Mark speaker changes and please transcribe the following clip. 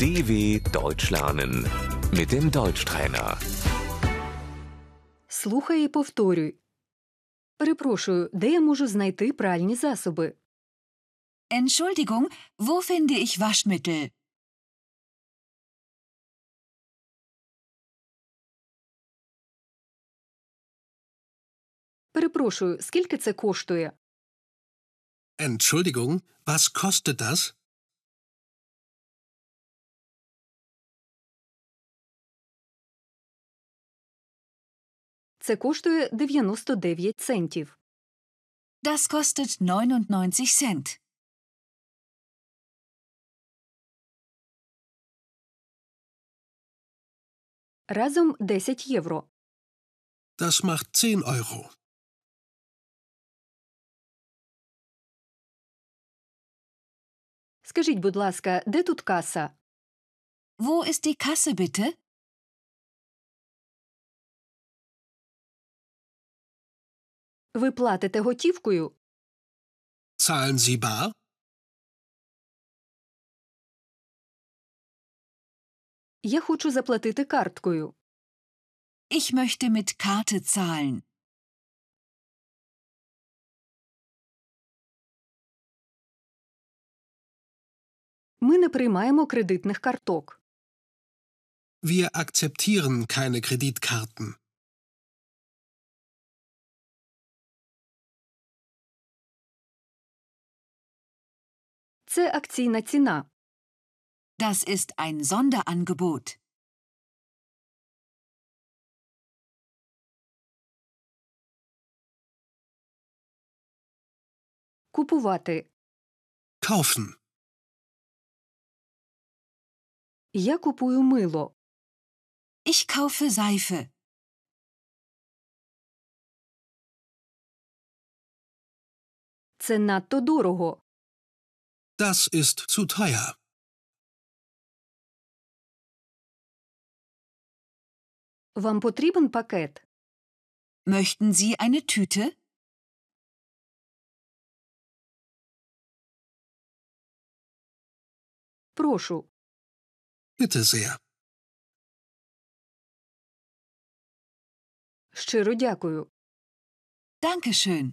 Speaker 1: DW Deutsch lernen mit dem Deutschtrainer.
Speaker 2: Слухай і повторюй. Перепрошую, де я можу знайти пральні засоби?
Speaker 3: Entschuldigung, wo finde ich Waschmittel?
Speaker 2: Перепрошую, скільки це коштує?
Speaker 4: Entschuldigung, was kostet das?
Speaker 2: Це коштує 99 центів.
Speaker 3: Das kostet 99 Cent.
Speaker 2: Разом 10 євро.
Speaker 4: Das macht 10 Euro.
Speaker 2: Скажіть, будь ласка, де тут каса?
Speaker 3: Wo ist die Kasse bitte?
Speaker 2: Ви платите готівкою?
Speaker 4: Zahlen Sie bar?
Speaker 2: Я хочу заплатити карткою.
Speaker 3: Ich möchte mit Karte zahlen.
Speaker 2: Ми не приймаємо кредитних карток.
Speaker 4: Wir akzeptieren keine Kreditkarten.
Speaker 2: Це акційна ціна.
Speaker 3: Das ist ein Sonderangebot.
Speaker 2: Купувати.
Speaker 4: Kaufen.
Speaker 2: Я купую мило.
Speaker 3: Ich kaufe Seife.
Speaker 2: Це надто дорого.
Speaker 4: Das ist zu teuer.
Speaker 2: Вам потрібен пакет?
Speaker 3: Möchten Sie eine Tüte?
Speaker 2: Прошу.
Speaker 4: Bitte sehr.
Speaker 2: Щиро дякую.
Speaker 3: Dankeschön.